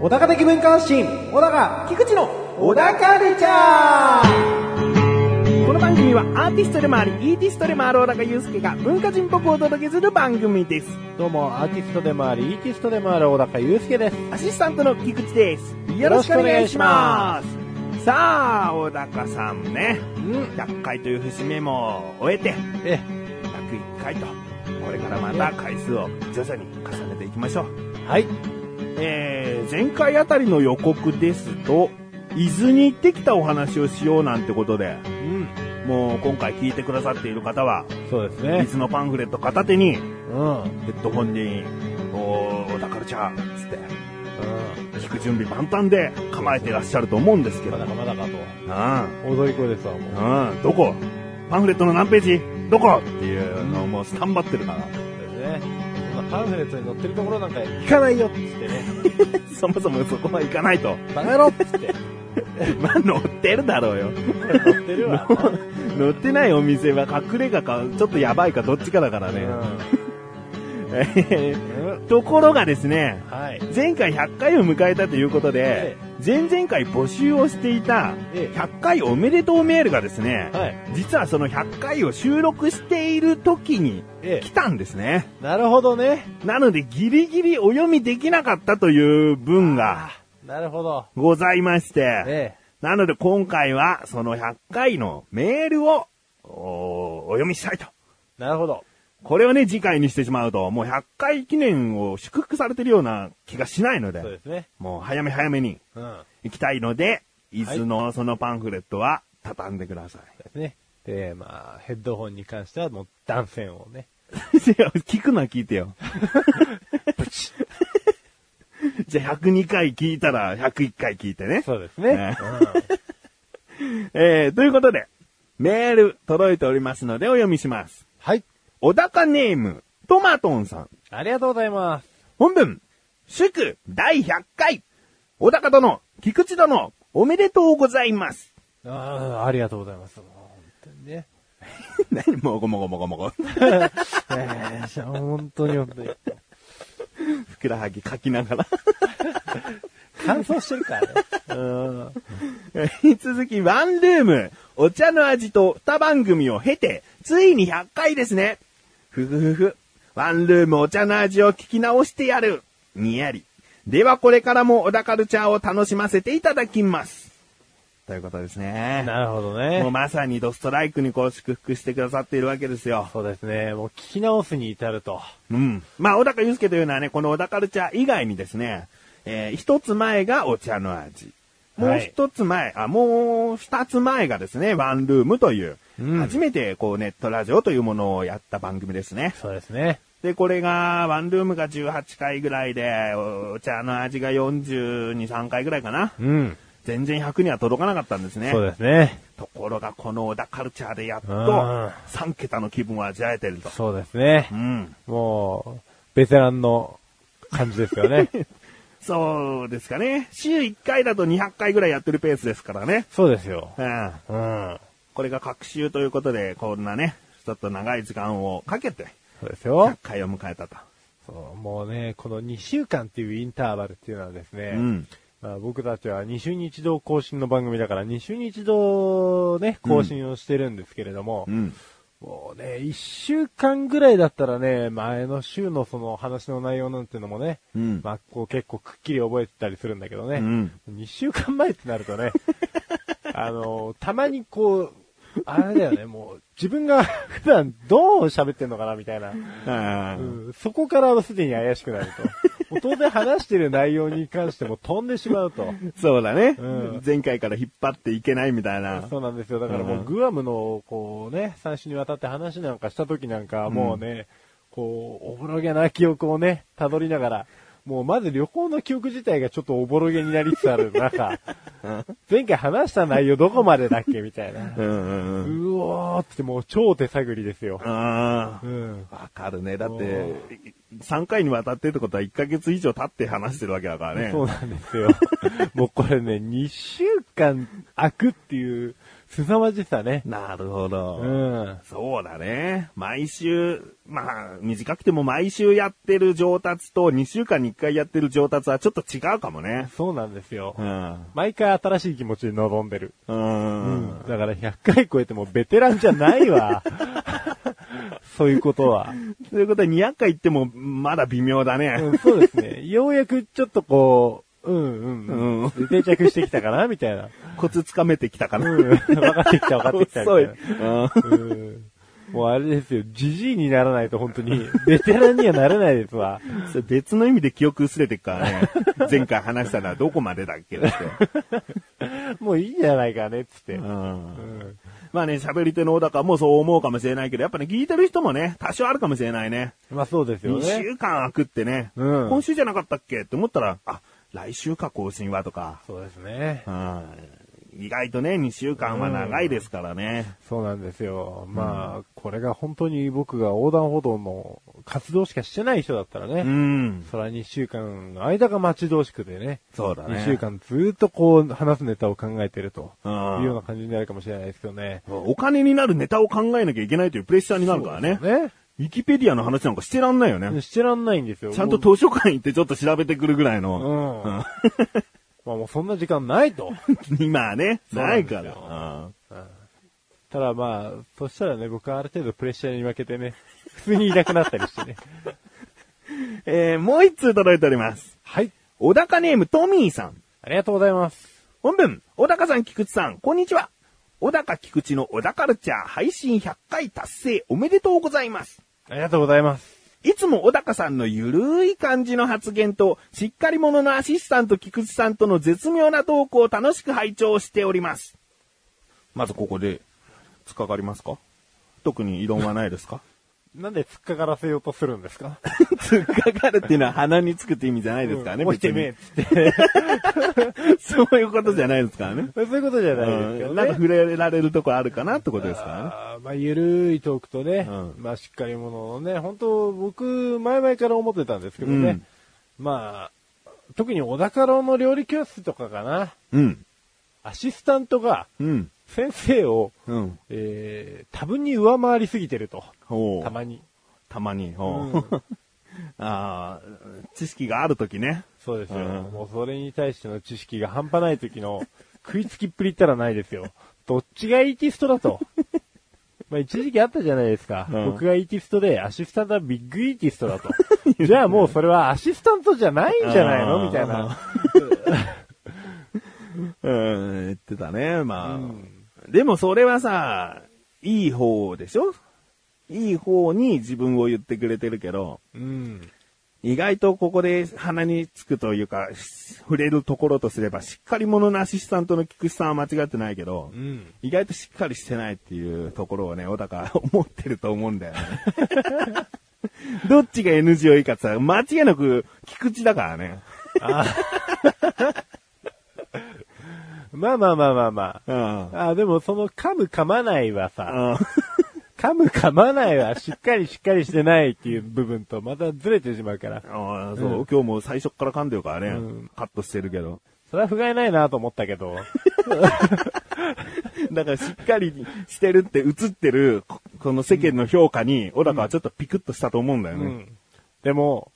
小高的文化発信小高菊池の小高ルチャーこの番組はアーティストでもありイーティストでもある小高祐介が文化人っぽくお届けする番組ですどうも、アーティストでもあり、イーティストでもある小高祐介です。アシスタントの菊池ですよろしくお願いしますさあ小高さんねうん。 100回という節目も終えてえ、 101回とこれからまた回数を徐々に重ねていきましょうはい。えー、前回あたりの予告ですと、伊豆に行ってきたお話をしようなんてことで、うん。もう今回聞いてくださっている方は、そうです伊ね。豆のパンフレット片手に、うん。うん。ヘッドホンに、おー、だからちゃん、つって、聞く準備万端で構えてらっしゃると思うんですけど、まだかまだかうと。踊り子ですわ、もう。ん、うん、どこパンフレットの何ページどこっていうのをもうスタンバってるから。そうですね。そんなパンフレットに載ってるところなんか行かないよっつってね。 そもそもそこは行かないと。バカ野郎っつって。 まあ、乗ってるだろうよ。載ってるわ。乗ってないお店は隠れ家か、ちょっとやばいかどっちかだからね。 えうんうんーところがですね、はい。前回100回を迎えたということでえ、前々回募集をしていたえ100回おめでとうメールがですね、はい。実はその100回を収録している時にえ来たんですね。なるほどね。なのでギリギリお読みできなかったという文がなるほど。ございまして、えなので今回はその100回のメールをおお読みしたいと。えなるほど。これをね、次回にしてしまうと、もう100回記念を祝福されてるような気がしないのそうでで、すね。もう早め早めにうん。行きたいので、伊豆のそのパンフレットは畳んでくださそうですね。で、まあ、ヘッドホンに関してはもう断線をね。い。 聞くのは聞いてよ。 じゃあ102回聞いたら101回聞いてね。そうですね。ええー、ということで、メール届いておりますのでお読みします。はい。小高ネーム、トマトンさん。ありがとうございます。本文、祝第100回、小高殿、菊池殿、おめでとうございます。ああ、ありがとうございます。もう本当にね。 何もごもごもごもご。 えーじゃあ本当に本当に。ふくらはぎかきな がら。乾燥してるからね。うん。引き続き、ワンルーム、お茶の味と2番組を経て、ついに100回ですね。ふふふふ、ワンルームお茶の味を聞き直してやる。にやり。ではこれからも小田カルチャーを楽しませていただきます。ということですね。なるほどもうね。まさにドストライクにこう祝福してくださっているわけですよ。そうですね。もう聞き直すに至ると。うん。まあ、小高祐介というのはね、この小高カルチャー以外にですね、えー一つ前がお茶の味。もはうい一つ前、あ、もう二つ前がですね、ワンルームという、うん初めてこうネットラジオというものをやった番組ですね。そうですね。で、これが、ワンルームが18回ぐらいで、おお茶の味が42、3回ぐらいかな。うん。全然100には届かなかったんですねそう。ですね。ところが、この小田カルチャーでやっと、うん3桁の気分を味わえてると。そうですねう。ん。もう、ベテランの感じですよ ね。そうですかね。週1回だと200回ぐらいやってるペースですからね。そうですよ。うん。うん。これが各週ということで、こんなね、ちょっと長い時間をかけて、そうですよ100。回を迎えたと。そう、もうね、この2週間っていうインターバルっていうのはですね、うんまあ、僕たちは2週に一度更新の番組だから、2週に一度ね、更新をしてるんですけれども、うん。もうね、1週間ぐらいだったらね、前の週のその話の内容なんてのもね、うんまあ、こう結構くっきり覚えてたりするんだけどね、うん2週間前ってなると ね、あの、たまにこう、あれだよね、もう、自分が 普段どう喋ってんのかなみたいな。あーうんそこからはすでに怪しくなると。もう当然話してる内容に関しても飛んでしまうと。そうだね、うん前回から引っ張っていけないみたいな。そうなんですよ。だからもうグアムの、こうね、三週にわたって話なんかした時なんか、もうね、こう、おぼろげな記憶をね、たどりながら、もうまず旅行の記憶自体がちょっとおぼろげになりつつある 中、前回話した内容どこまでだっけみたいな。うんうんうん。うおーってもう超手探りですよ。あうあ。ん。わかるね。だっおて、3回にわたってってことは1ヶ月以上経って話してるわけだからね。 そうなんですよ。もうこれね、2週間空くっていう凄まじさね。なるほど。うん。そうだね。毎週、まあ、短くても毎週やってる上達と2週間に1回やってる上達はちょっと違うかもね。そうなんですよ。うん。毎回新しい気持ちで臨んでる。うん。だから100回超えてもベテランじゃない わ。そういうことは、ということは200回行ってもまだ微妙だうね。ん。そうですね。ようやくちょっとこう、うんうん、うん定着してきたかなみたいな。コツつかめてきたかな。うん。分かってきた分かってきたみた遅いい。な。うんうんもうあれですよ、じじいにならないと本当に、ベテランにはなれないですわ。それ別の意味で記憶薄れてっからね。前回話したのはどこまでだっけだって。もういいんじゃないかね、つって。ううんんまあね、喋り手の小高もそう思うかもしれないけど、やっぱね、聞いてる人もね、多少あるかもしれないね。まあそうですよ2ね。週間空くってね、うん今週じゃなかったっけって思ったら、あ、来週か更新はとか、そうですね。うん、意外とね、2週間は長いですからね。そうなんですよ。まあ、これが本当に僕が横断歩道の活動しかしてない人だったらうね、ん。それは2週間の間が待ち遠しくてね、そうだね。 2週間ずっとこう話すネタを考えてるといううんような感じになるかもしれないですけどね。お金になるネタを考えなきゃいけないというプレッシャーになるからね。ね。ウィキペディアの話なんかしてらんないよね。してらんないんですよ。ちゃんと図書館行ってちょっと調べてくるぐらいうん。の、まあもうそんな時間ないと。 今はね、そうななんいですよから。うんただまあ、そしたらね、僕はある程度プレッシャーに負けてね、普通にいなくなった りしてね。えー、もう一通届いております。はい。小高ネームトミーさん。ありがとうございます。本文、小高さん、菊池さん、こんにちは。小高菊池の小高ルチャー配信100回達成おめでとうございます。ありがとうございます。いつも小高さんのゆるい感じの発言と、しっかり者のアシスタント菊池さんとの絶妙なトークを楽しく拝聴しております。まずここで、つかかりますか特に異論はないですかなんで突っかからせようとするんですか つっかかるっていうのは鼻につくって意味じゃないです からね、うん置い別てにねえっつって。そういうことじゃないですからね。そういうことじゃないですけうどんね。なんか触れられるとこあるかなってことですからね。あーまあ、ゆるいトークとね、うまあ、しっかりものをね、本当僕、前々から思ってたんですけどね、うんまあ、特に小高郎の料理教室とかかな、うん。アシスタントがうん。先生を、うん。えー、多分に上回りすぎてると、ほう。たまに。たまに。うほう。ん ああ、知識があるときね。そうですよ、うんもうそれに対しての知識が半端ない時の 食いつきっぷりったらないですよ。どっちがイーティスト だと。まあ一時期あったじゃないですか、うん僕がイーティストで、アシスタントはビッグイーティスト だと。じゃあもうそれはアシスタントじゃないんじゃないうんのみたいな。うん、言ってたね、まあ。うんでもそれはさ、いい方でしょいい方に自分を言ってくれてるけど、うん。意外とここで鼻につくというか、触れるところとすれば、しっかり者のアシスタントの菊池さんは間違ってないけど、うん。意外としっかりしてないっていうところをね、小高 思ってると思うんだよね。 どっちが NGO いいかってさ、間違いなく菊池だからね。まあまあまあまあまうん。あ。あでもその噛む噛まないはさ、うん噛む噛まないはしっかりしっかりしてないっていう部分とまたずれてしまうから、ああ、そう、今日も最初っから噛んでるからね、うんカットしてるけど。それは不甲斐ないなと思ったけど、だからしっかりしてるって映ってる、ここの世間の評価に、小高はちょっとピクッとしたと思うんだよね。うんでも、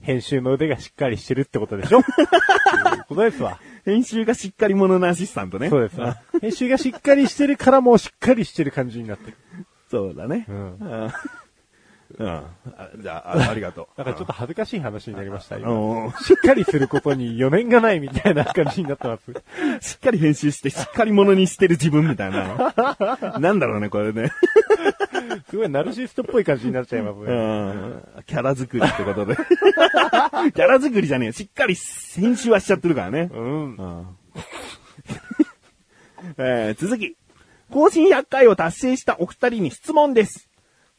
編集の腕がしっかりしてるってこと でしょっていうことですわ。編集がしっかり者のアシスタントね。そうですわ。編集がしっかりしてるからもうしっかりしてる感じになってる。そうだね。うんあーうん。あじゃああ、ありがとう。だからちょっと恥ずかしい話になりました、う今。んうんしっかりすることに余念がないみたいな感じになってます。しっかり編集して、しっかり者にしてる自分みたいな。なんだろうね、これね。すごいナルシストっぽい感じになっちゃいますうね。ん。キャラ作りってことで。キャラ作りじゃねえよ。しっかり編集はしちゃってるからね。うん。えー続き。更新100回を達成したお二人に質問です。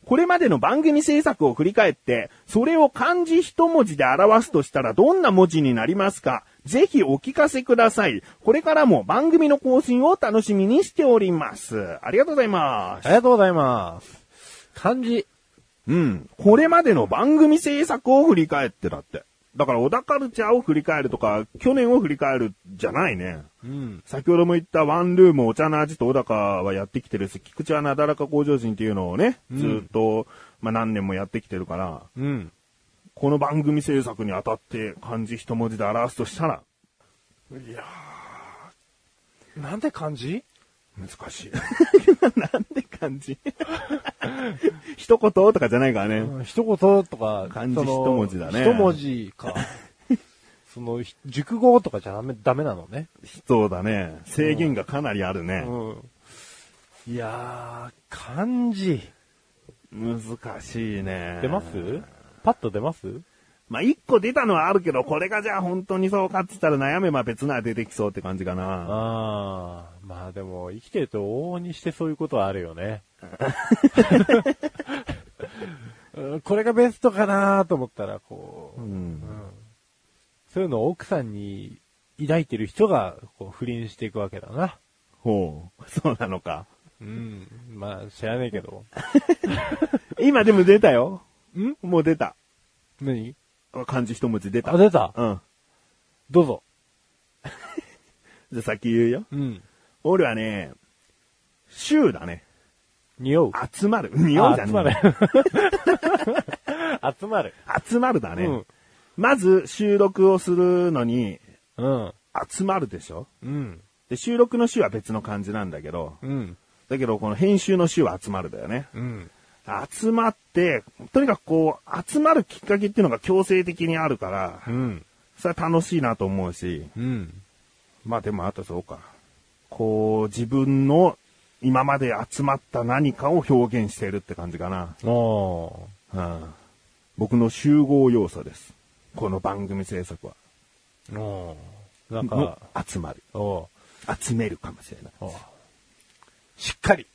これまでの番組制作を振り返って、それを漢字一文字で表すとしたらどんな文字になりますかぜひお聞かせください。これからも番組の更新を楽しみにしております。ありがとうございまあす。りがとうございます。漢字。うん。これまでの番組制作を振り返ってだって。だから、小田カルチャーを振り返るとか、去年を振り返るじゃないね。うん。先ほども言ったワンルームお茶の味と小高はやってきてるし、菊池はなだらか向上心っていうのをね、うんずっと、まあ何年もやってきてるから、うん。この番組制作にあたって漢字一文字で表すとしたら、いやー。なんて感じ難しい。 なんで漢字 一言とかじゃないからね。うん一言とか、漢字その一文字だね一文字 か。その、ひ熟語とかじゃダメ、ダメなのね。そうだね。制限がかなりあるね。うん。いやー、漢字。難しいね。出ますパッと出ますまあ、一個出たのはあるけど、これがじゃあ本当にそうかって言ったら悩めば別なら出てきそうって感じかな。あー、まあでも、生きてると往々にしてそういうことはあるよ ね。うんこれがベストかなと思ったら、こう、うんそういうのを奥さんに抱いてる人が、こう、不倫していくわけだな。ほう。 そうなのか。うん。まあ、知らねえけど。今でも出たよ。んもう出た。何漢字一文字出た。あ、出たうん。どうぞ。じゃあ先言うよ。うん。俺はね、集だね。匂う。集まる。匂いじゃ集まるね。集まる。集まるだね。うんまず収録をするのに、うん。集まるでしょうん。で、収録の週は別の漢字なんだけど、うん。だけどこの編集の週は集まるだよね。うん。集まって、とにかくこう、集まるきっかけっていうのが強制的にあるから、うん。それは楽しいなと思うし、うん。まあでもあとそうか。こう、自分の今まで集まった何かを表現しているって感じかな。おー。うん、僕の集合要素です。この番組制作は。おー。なんのか、集まる。おー。集めるかもしれない。おーしっかり。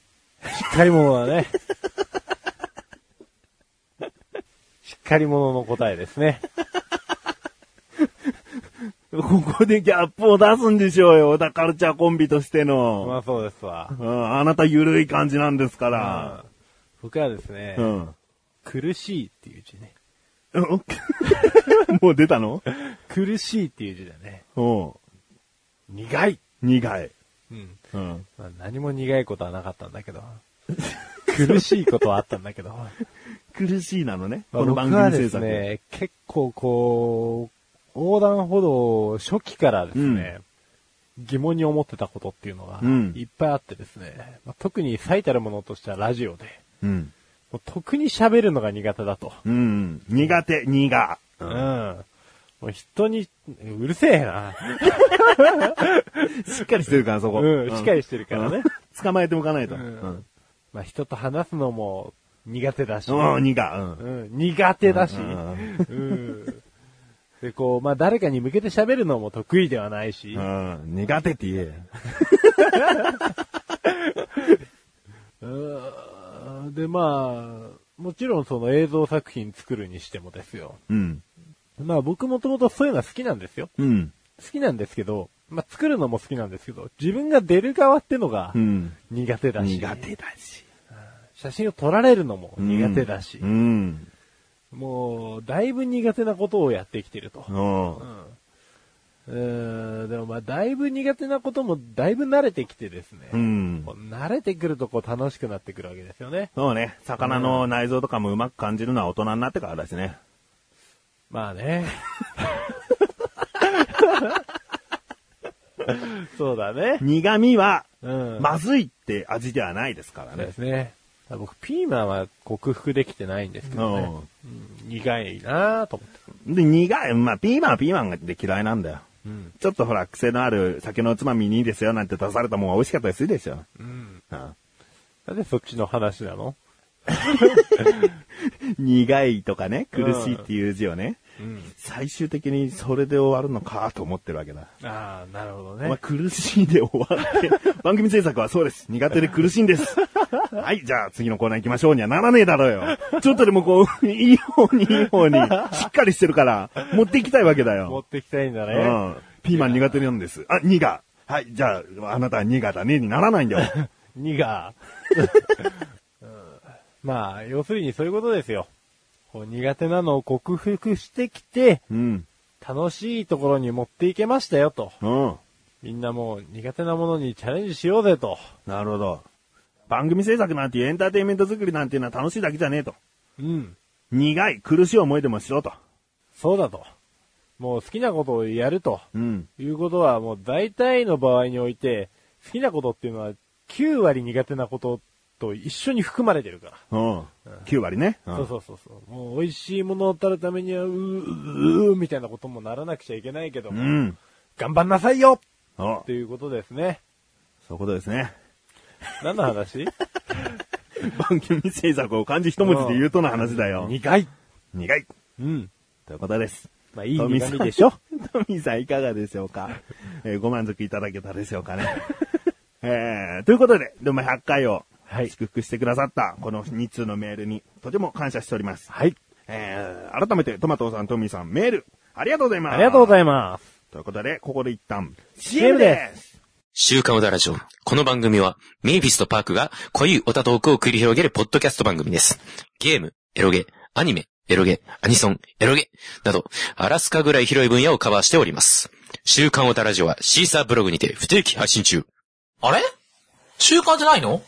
しっかり者 だね。しっかり者の答えですね。ここでギャップを出すんでしょうよ。小田カルチャーコンビとしての。まあそうですわ。うん、あなた緩い感じなんですから。僕はですね、うん。苦しいっていう字ね。うん もう出たの苦しいっていう字だね。うん。苦い。苦い。うん。うん。まあ、何も苦いことはなかったんだけど。苦しいことはあったん だけど。苦しいなのね。まあこの番僕は組制です作。ね、結構こう、横断歩道初期からですね、疑問に思ってたことっていうのがうんいっぱいあってですね、まあ特に最たるものとしてはラジオで、うん。もう特に喋るのが苦手だと。うん。苦手、苦。うん。もう人に、うるせえな。 しっかりしてるから、そこ。うんしっかりしてるからうねん。捕まえておかないと。ううんん。まあ人と話すのも苦手だし、うん、苦。うん。うん苦手だし、うんうんで、こう、まあ誰かに向けて喋るのも得意ではないし、うん、苦手って言えよ。うーんで、まあ、もちろんその映像作品作るにしてもですよ。うん。まあ僕もともとそういうのは好きなんですよ。うん。好きなんですけど、まあ作るのも好きなんですけど、自分が出る側ってのがうん。苦手だし、苦手だし。写真を撮られるのも苦手だし、うん。もうだいぶ苦手なことをやってきてるとう。ん。うーん、でもまあだいぶ苦手なこともだいぶ慣れてきてですね。うんこ。う慣れてくるとこう楽しくなってくるわけですよね。そうね。魚の内臓とかもうまく感じるのは大人になってからだしね。まあ ね。そうだね。苦味は、うん。まずいって味ではないですからあでね。すね。僕、ピーマンは克服できてないんですけどね。うん苦いなぁと思って。うん。で、苦い。まあ、ピーマンはピーマンがで嫌いなんだよ。うん。ちょっとほら、癖のある酒のおつまみにいいですよなんて出されたもんは美味しかったりするでしょ。うん。うんなんでそっちの話なの苦いとかね、苦しいっていう字をね、うん。最終的にそれで終わるのかと思ってるわけだ。ああ、なるほどお前ね。苦しいで終わって、 番組制作はそうです。苦手で苦しいん です。はい、じゃあ次のコーナー行きましょうにはならねえだろうよ。ちょっとでもこう、いい方にいい方に、しっかりしてるから、持っていきたいわけだ持っよ。てきたいんだうね。ん。ピーマン苦手なんです。あ、苦。はい、じゃあ、あなたは苦だねにならないんだ よ。苦。うんまあ、要するにそういうことですよ。こう苦手なのを克服してきて、うん。楽しいところに持っていけましたよと。うん。みんなもう苦手なものにチャレンジしようぜと。なるほど。番組制作なんていうエンターテインメント作りなんていうのは楽しいだけじゃねえと。うん。苦い、苦しい思いでもしろと。そうだと。もう好きなことをやると。うん。いうことはもう大体の場合において、好きなことっていうのは9割苦手なことと一緒に含まれてるから。うん。9割ね。うんそうそうそうそう。もう美味しいものを食べるためには、うー、うー、みたいなこともならなくちゃいけないけども、うん。頑張んなさいよおということですね。そういうことです ね。何の話番組制作を漢字一文字で言うとの話だよ。苦い。苦い。うん。ということです。まあいい 苦富さん味でしょ。トミーさんいかがでしょうか、えーご満足いただけたでしょうかね。 えーということで、でも100回をはい祝福してくださった、この2通のメールにとても感謝しております。はい。えー改めてトマトさん、トミーさん、メール、ありがとうございます。ありがとうごいざいます。ます。ということで、ここで一旦、 CM です。週刊小田ラジオ。この番組は、メイビスとパークが濃いオタトークを繰り広げるポッドキャスト番組です。ゲーム、エロゲ、アニメ、エロゲ、アニソン、エロゲ、など、アラスカぐらい広い分野をカバーしております。週刊小田ラジオはシーサーブログにて不定期配信中。あれ習慣じゃないの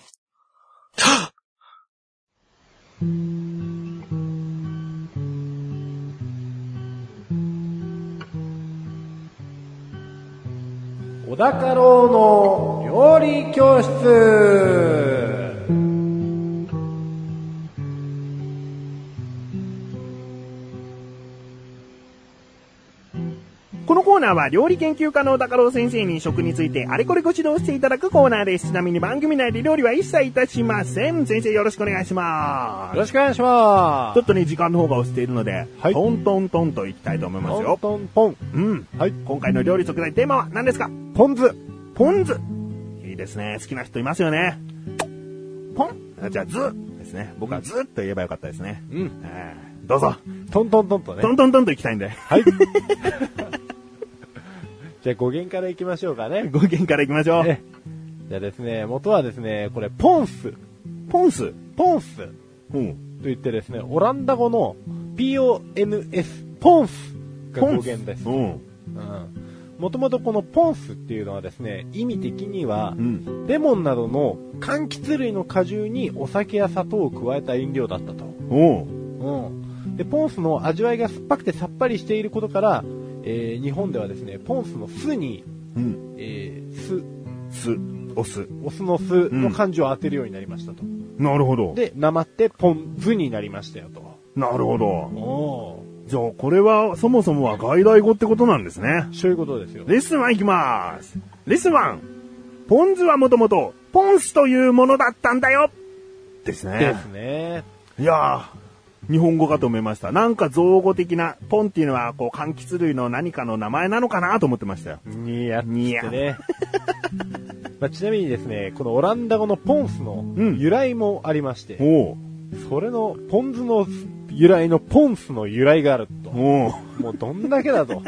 小田家老の料理教室このコーナーは料理研究家の高郎先生に食についてあれこれご指導していただくコーナーです。ちなみに番組内で料理は一切いたしません。先生よろしくお願いしまよす。ろしくお願いしまちょすっとね、時間の方が押しているので、はいトントントンといきたいと思いますよ。トントンポうん。ン。はい。今回の料理食材テーマは何ですかポン酢。ポン酢。いいですね。好きな人いますよね。ポンあじゃあ、ズですね。僕はズと言えばよかったですね。うん。えーどうぞ。トントントンとねト。ントントンといきたいん で。はい。じゃあ語源からいきましょうかね。語源からいきましょう。ねじゃあですね、元はですね、これ、ポンス。ポン酢。ポンスとうん。言ってですね、オランダ語の PONS、ポンスが語源です。うん。もともとこのポンスっていうのはですね、意味的にはう、ん。レモンなどの柑橘類の果汁にお酒や砂糖を加えた飲料だったと。うん。うん。で、ポンスの味わいが酸っぱくてさっぱりしていることから、えー日本ではですね、ポンスの酢に、うん。えー酢、酢。お酢。オスの巣の漢字を当てるようになりましたと。なるほど。で、なまってポン酢になりましたよと。なるほど。おじゃあ、これは、そもそもは外来語ってことなんですね。そういうことですよ。レッスン1いきます。レッスン1。ポン酢はもともと、ポン酢というものだったんだよですでね。すね。いやー、日本語かと思いました。なんか造語的な、ポンっていうのは、こう、柑橘類の何かの名前なのかなと思ってましたよ。にやっつっにやてね。まあ、ちなみにですね、このオランダ語のポン酢のん由来もありまして、おうそれの、ポン酢の由来のポン酢の由来があると。おうもうどんだけだと。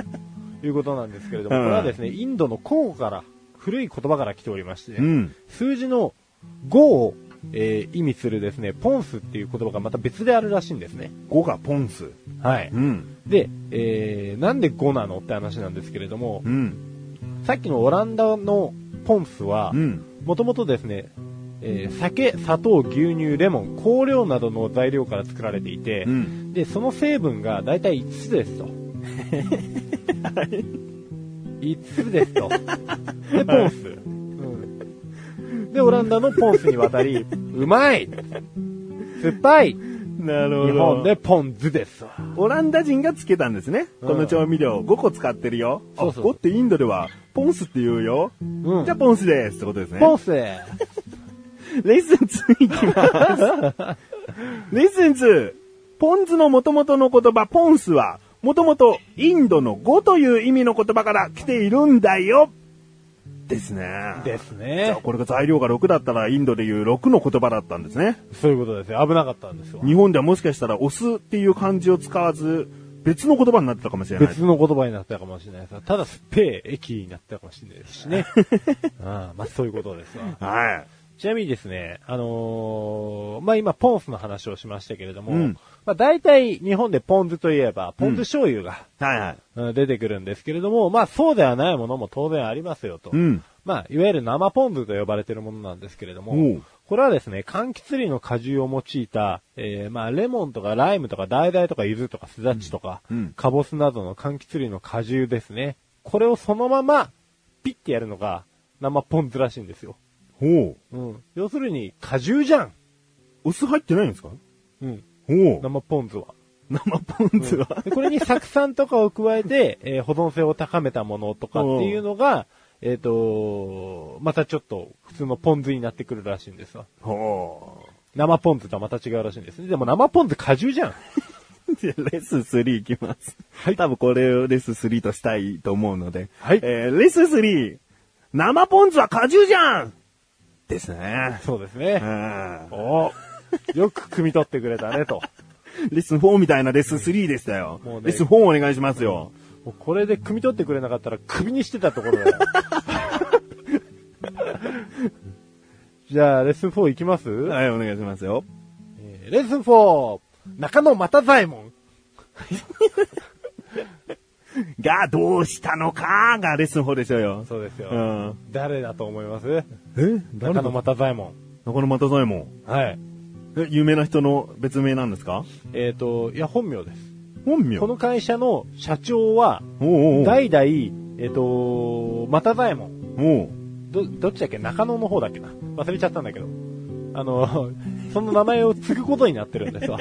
いうことなんですけれども、うんこれはですね、インドの古語から、古い言葉から来ておりまして、うん。数字の5を、えー意味するですね、ポンスっていう言葉がまた別であるらしいんですね。語がポン酢。はい。うん。で、えーなんで5なのって話なんですけれどもう、ん。さっきのオランダのポンスはう、ん。もともとですね、えー酒、砂糖、牛乳、レモン、香料などの材料から作られていて、うん。で、その成分が大体5つですと。5つですと。で、ポンス。うんで、オランダのポンスに渡 り、うまい酸っぱい日なる本でポン酢ですわ。オランダ人がつけたんですね。うんこの調味料5個使ってるよ。そうそうあ5ってインドでは、ポンスって言うよ。うんじゃあポンスですってことですね。ポンスでレッスン2いき ます。レッスン2。ポン酢の元々の言葉、ポンスは、もともとインドの語という意味の言葉から来ているんだよ。ですね。ですじゃねあ。これが材料が6だったらインドでいう6の言葉だったんですね。そういうことですよ。危なかったんですよ。日本ではもしかしたらお酢っていう漢字を使わず、別の言葉になってたかもしれない。別の言葉になったかもしれないです ただ、スペー駅になったかもしれないですしね。ああまあ、そういうことですわ。はちなみにですね、あのーまあ、今、ポン酢の話をしましたけれども、うんまあ、大体日本でポン酢といえば、ポン酢醤油が、はいはい。うん出てくるんですけれども、まあ、そうではないものも当然ありますよと。うん。まあ、いわゆる生ポン酢と呼ばれているものなんですけれどおもう、これはですね、柑橘類の果汁を用いた、えー、まあ、レモンとかライムとかダイダイとか柚子とかスダチとか、うんうんカボスなどの柑橘類の果汁ですね。これをそのまま、ピッてやるのが生ポン酢らしいんですよ。ほうん。要するに、果汁じゃんう。お酢入ってないんですかうん。ほう。生ポン酢は。生ポン酢は、でこれに酢酸とかを加えて、えー保存性を高めたものとかっていうのが、えっ、とまたちょっと普通のポン酢になってくるらしいんですわ。ほう。生ポン酢とはまた違うらしいんですね。でも生ポン酢果汁じゃん。 じゃあレッスン3いきます。はい多分これをレッスン3としたいと思うので。はいえー、レッスン 3! 生ポン酢は果汁じゃんですね。そうですうね。ん。およく汲み取ってくれたねと。レッスン4みたいなレッスン3でしたよ。もうねレッスン4お願いしますよ。もうこれで汲み取ってくれなかったら首にしてたところだ よ。じゃあ、レッスン4いきます、はい、お願いしますよ。えーレッスン 4! 中野又左衛門が、どうしたのかがレッスン4でしょうよ。そうですよ。うん。誰だと思いますえ中野又左衛門。中野又左衛門。はい。え、有名な人の別名なんですかえっ、と、いや、本名です。本名この会社の社長は、おうおうおう代々、えっ、と、又左衛門。おうど、どっちだっけ中野の方だっけな忘れちゃったんだけど。あの、 その名前を継ぐことになってるんです わ。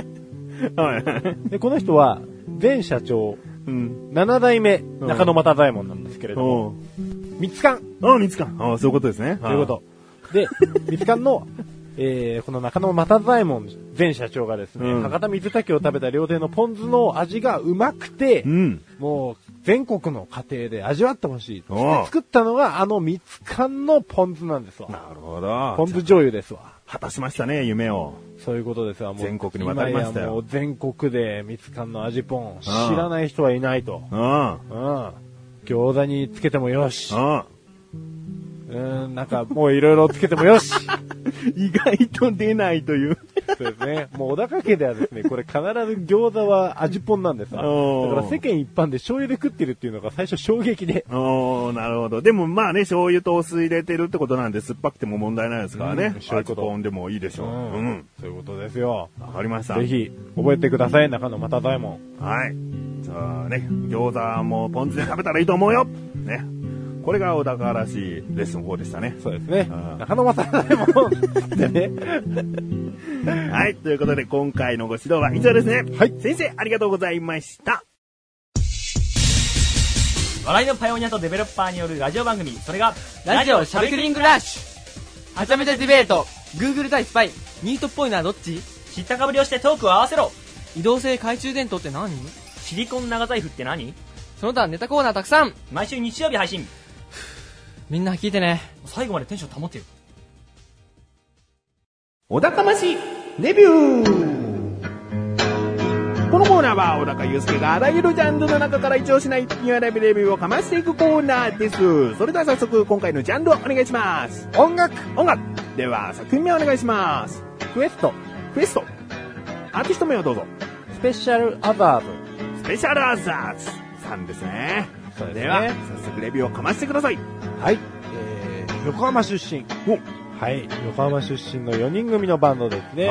はい。で、この人は、前社長、うん。 7代目、中野又左衛門なんですけれども、おう三つ館あ、みつかん。あそういうことですね。ということ。で、ミツカンの、えー、この中野又左衛門前社長がですね、うん博多水炊きを食べた料亭のポン酢の味がうまくて、うん。もう全国の家庭で味わってほしい。おう作ったのがあのミツカンのポン酢なんですわ。なるほポンど。酢醤油ですわ。果たしましたね、夢を。そういうことですわ。もう全国に渡りましたよ今やもう全国でミツカンの味ポン、知ああらない人はいないと。うん。うん。うん。餃子につけてもよし。うん、なんかもういろいろつけても よし。意外と出ないという。そうですね。もう小高家ではですね、これ必ず餃子は味ぽんなんですわだかおーら世間一般で醤油で食ってるっていうのが最初衝撃で。おー、なるほど。でもまあね、醤油とお酢入れてるってことなんで、酸っぱくても問題ないですからね。うんそういうこと味ポンでもいいでしょう。うん。そういうことですよ。わかりました。ぜ。ひ、覚えてください、中野又左衛門。はい。じゃあね、餃子もポン酢で食べたらいいと思うよ。ね。これが小高らしいレッスン4でしたね。そうですねあー。中野又左衛門。でね。はい。ということで、今回のご指導は以上ですね。はい先生、ありがとうございました。笑いのパイオニアとデベロッパーによるラジオ番組それがラジオしゃべくりングラッシュはちゃめちゃディベート Google 対スパイニートっぽいのはどっち知ったかぶりをしてトークを合わせろ移動性懐中電灯って何シリコン長財布って何その他ネタコーナーたくさん毎週日曜日配信みんな聞いてね。最後までテンション保ってよ小高ましレビューこのコーナーは小高祐介があらゆるジャンルの中から一応しないピンアラビレビューをかましていくコーナーです。それでは早速今回のジャンルをお願いします。音楽、音楽では作品名をお願いします。クエスト、クエストアーティスト名をどうぞ。スペシャルアザード。スペシャルアザーズさんですね。そうですねでは早速レビューをかましてください。はい。えー、横浜出身。おはい。横浜出身の4人組のバンドですね。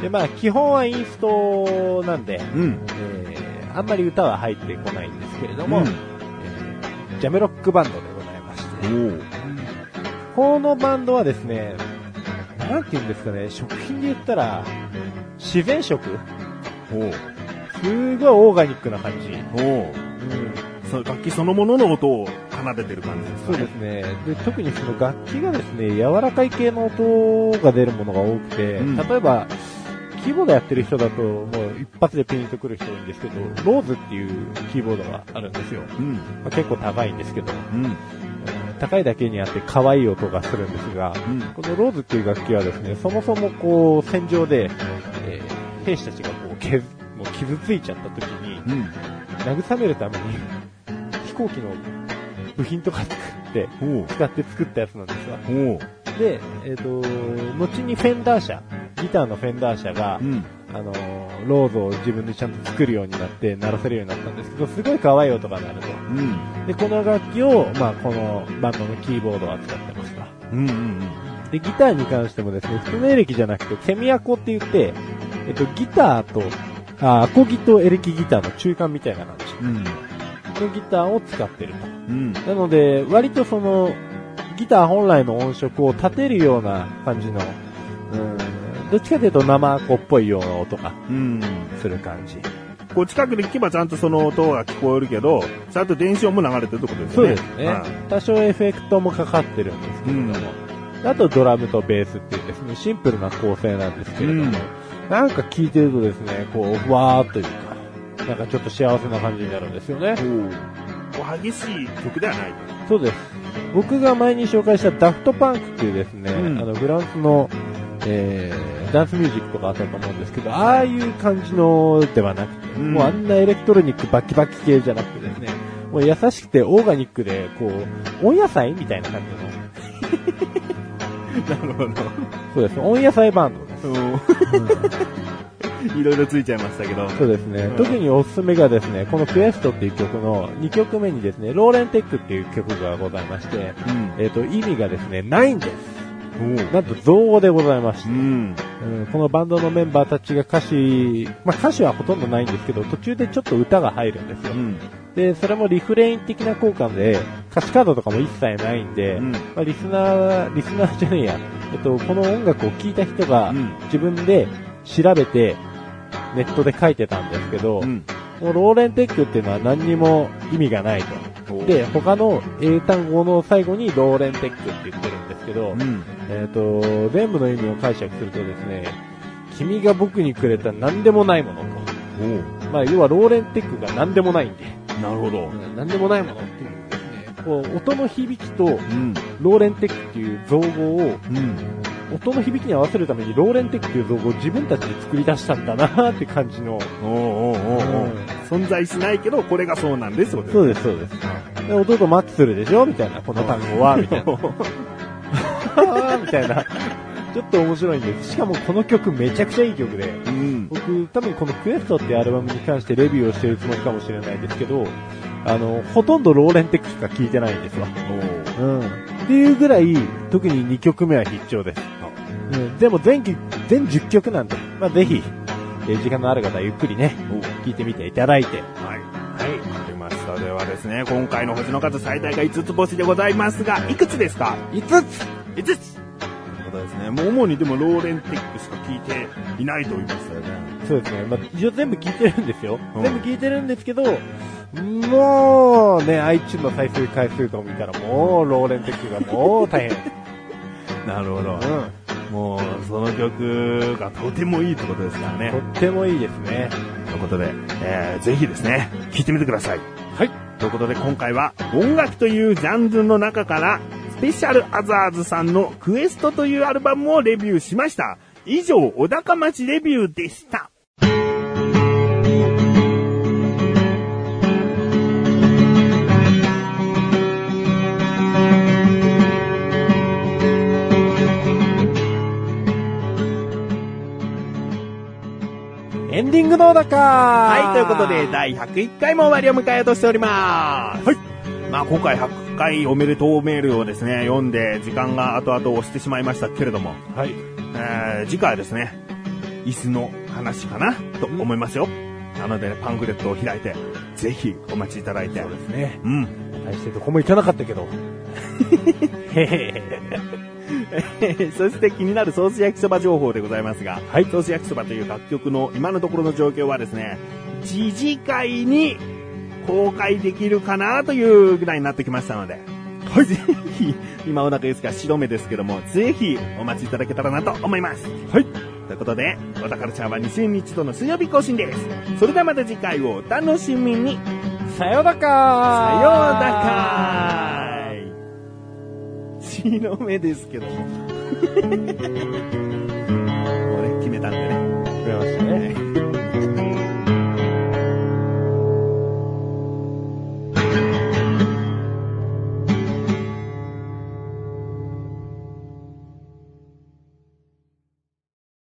い。で、まあ、基本はインストなんで、うん。えーあんまり歌は入ってこないんですけれども、うんえージャムロックバンドでございまして、おこのバンドはですね、なんて言うんですかね、食品で言ったら、自然食おすごいオーガニックな感じ。おそ楽器そのものの音を奏でてる感じですそうですね。で、特にその楽器がですね、柔らかい系の音が出るものが多くて、うん例えば、キーボードやってる人だと、もう一発でピンとくる人多いんですけど、ローズっていうキーボードがあるんですよ。うん。まあ結構高いんですけど、うん。高いだけにあって可愛い音がするんですが、うん。このローズっていう楽器はですね、そもそもこう、戦場で、えー兵士たちがこう、けずもう傷ついちゃった時に、うん。慰めるために、飛行機の部品とか作って、おう使って作ったやつなんですわ。おうで、えっ、と、後にフェンダー社、ギターのフェンダー社が、うん。あの、ローズを自分でちゃんと作るようになって、鳴らせるようになったんですけど、すごい可愛い音が鳴ると。うん。で、この楽器を、まあ、このバンドのキーボードを扱ってました。うん。うん。で、ギターに関してもですね、普通のエレキじゃなくて、セミアコって言って、えっと、ギターと、あ、アコギとエレキギターの中間みたいな感じ。うん。のギターを使ってると。うん。なので、割とその、ギター本来の音色を立てるような感じの、うん、どっちかというと生アコっぽいような音がうん。する感じ。こう近くで聞けばちゃんとその音が聞こえるけど、ちゃんと電子音も流れてるってことですそようね。ですね。多少エフェクトもかかってるんですけれども。あとドラムとベースっていうですね、シンプルな構成なんですけれども、うんなんか聞いてるとですね、こう、わーっというか、なんかちょっと幸せな感じになるんですよね。うん。こう激しい曲ではない。そうです。僕が前に紹介したダフトパンクっていうですね、うんあの、フランスの、えー、ダンスミュージックとかあったと思うんですけど、ああいう感じのではなくて、うんもうあんなエレクトロニックバキバキ系じゃなくてですね、もう優しくてオーガニックで、こう、温野菜みたいな感じの、なるほど。そうです。温野菜バンドです。いろいろついちゃいましたけど。そうですね、うん特におすすめがですね、このクエストっていう曲の2曲目にですね、ローレンテックっていう曲がございまして、うん。えっ、と、意味がですね、ないんです。なんと造語でございまうして、ん。うんこのバンドのメンバーたちが歌詞、まあ歌詞はほとんどないんですけど、途中でちょっと歌が入るんですよ。うん。で、それもリフレイン的な効果で、歌詞カードとかも一切ないんで、うん。まあ、リスナー、リスナーじゃねえや、えっと、この音楽を聴いた人がうん自分で調べて、ネットで書いてたんですけど、うん。このローレンテックっていうのは何にも意味がないと。で、他の英単語の最後にローレンテックって言ってるんですけど、うん。えっ、と、全部の意味を解釈するとですね、君が僕にくれた何でもないものと。まあ、要はローレンテックが何でもないんで、なるほど。何でもないものっていうですね、こう、音の響きとうん。ローレンテックっていう造語を、うん。音の響きに合わせるためにローレンテックっていう造語を自分たちで作り出したんだなって感じの、おうおうおうおう存在しないけど、これがそうなんです、そうでです、そうです。で、音とマッチするでしょみたいな、この単語は、みたいな。あーみたい な。ちょっと面白いんです。しかもこの曲めちゃくちゃいい曲で、す。うん。僕、多分このクエストってアルバムに関してレビューをしてるつもりかもしれないですけど、あの、ほとんどローレンテックしか聴いてないんですわ。うん。っていうぐらい、特に2曲目は必聴です。うん。でも全曲、全10曲なんで、まあぜひ、えー時間のある方はゆっくりね、聴いてみていただいて、はい。はい。わかりました。ではですね、今回の星の数最大が5つ星でございますが、いくつですか5つ5つということですね。もう主にでもローレンテックしか聞いていないと言いましたよね。そうですね。まあ、一応全部聞いてるんですよ。うん全部聞いてるんですけど、もうね、iTunes の再生回数とか見たらもう、ローレンテックがもう 大変。なるほどうん。もう、その曲がとてもいいってことですからねと。ってもいいですね。ということで、えーぜひですね、聴いてみてください。はい。ということで今回は音楽というジャンルの中からスペシャルアザーズさんのクエストというアルバムをレビューしました。以上、小高町レビューでした。エンディングのだかは、はいということで、第101回も終わりを迎えようとしております。はい。まあ今回100回おめでとうメールをですね、読んで時間が後々押してしまいましたけれども、はい。えー次回はですね、椅子の話かなと思いますよ。なので、ね、パンフレットを開いて、ぜひお待ちいただいて。そうですね。うん。大してどこも行かなかったけど。へへへ。 そして気になるソース焼きそば情報でございますが、はいソース焼きそばという楽曲の今のところの状況はですね、次次回に公開できるかなというぐらいになってきましたので、はい、ぜひ、今お腹ですから白目ですけども、ぜひお待ちいただけたらなと思います。はい。ということで、お宝ちゃんは2週に一度の水曜日更新です。それではまた次回をお楽しみに。さようだかさようさだ かーい。白目ですけども。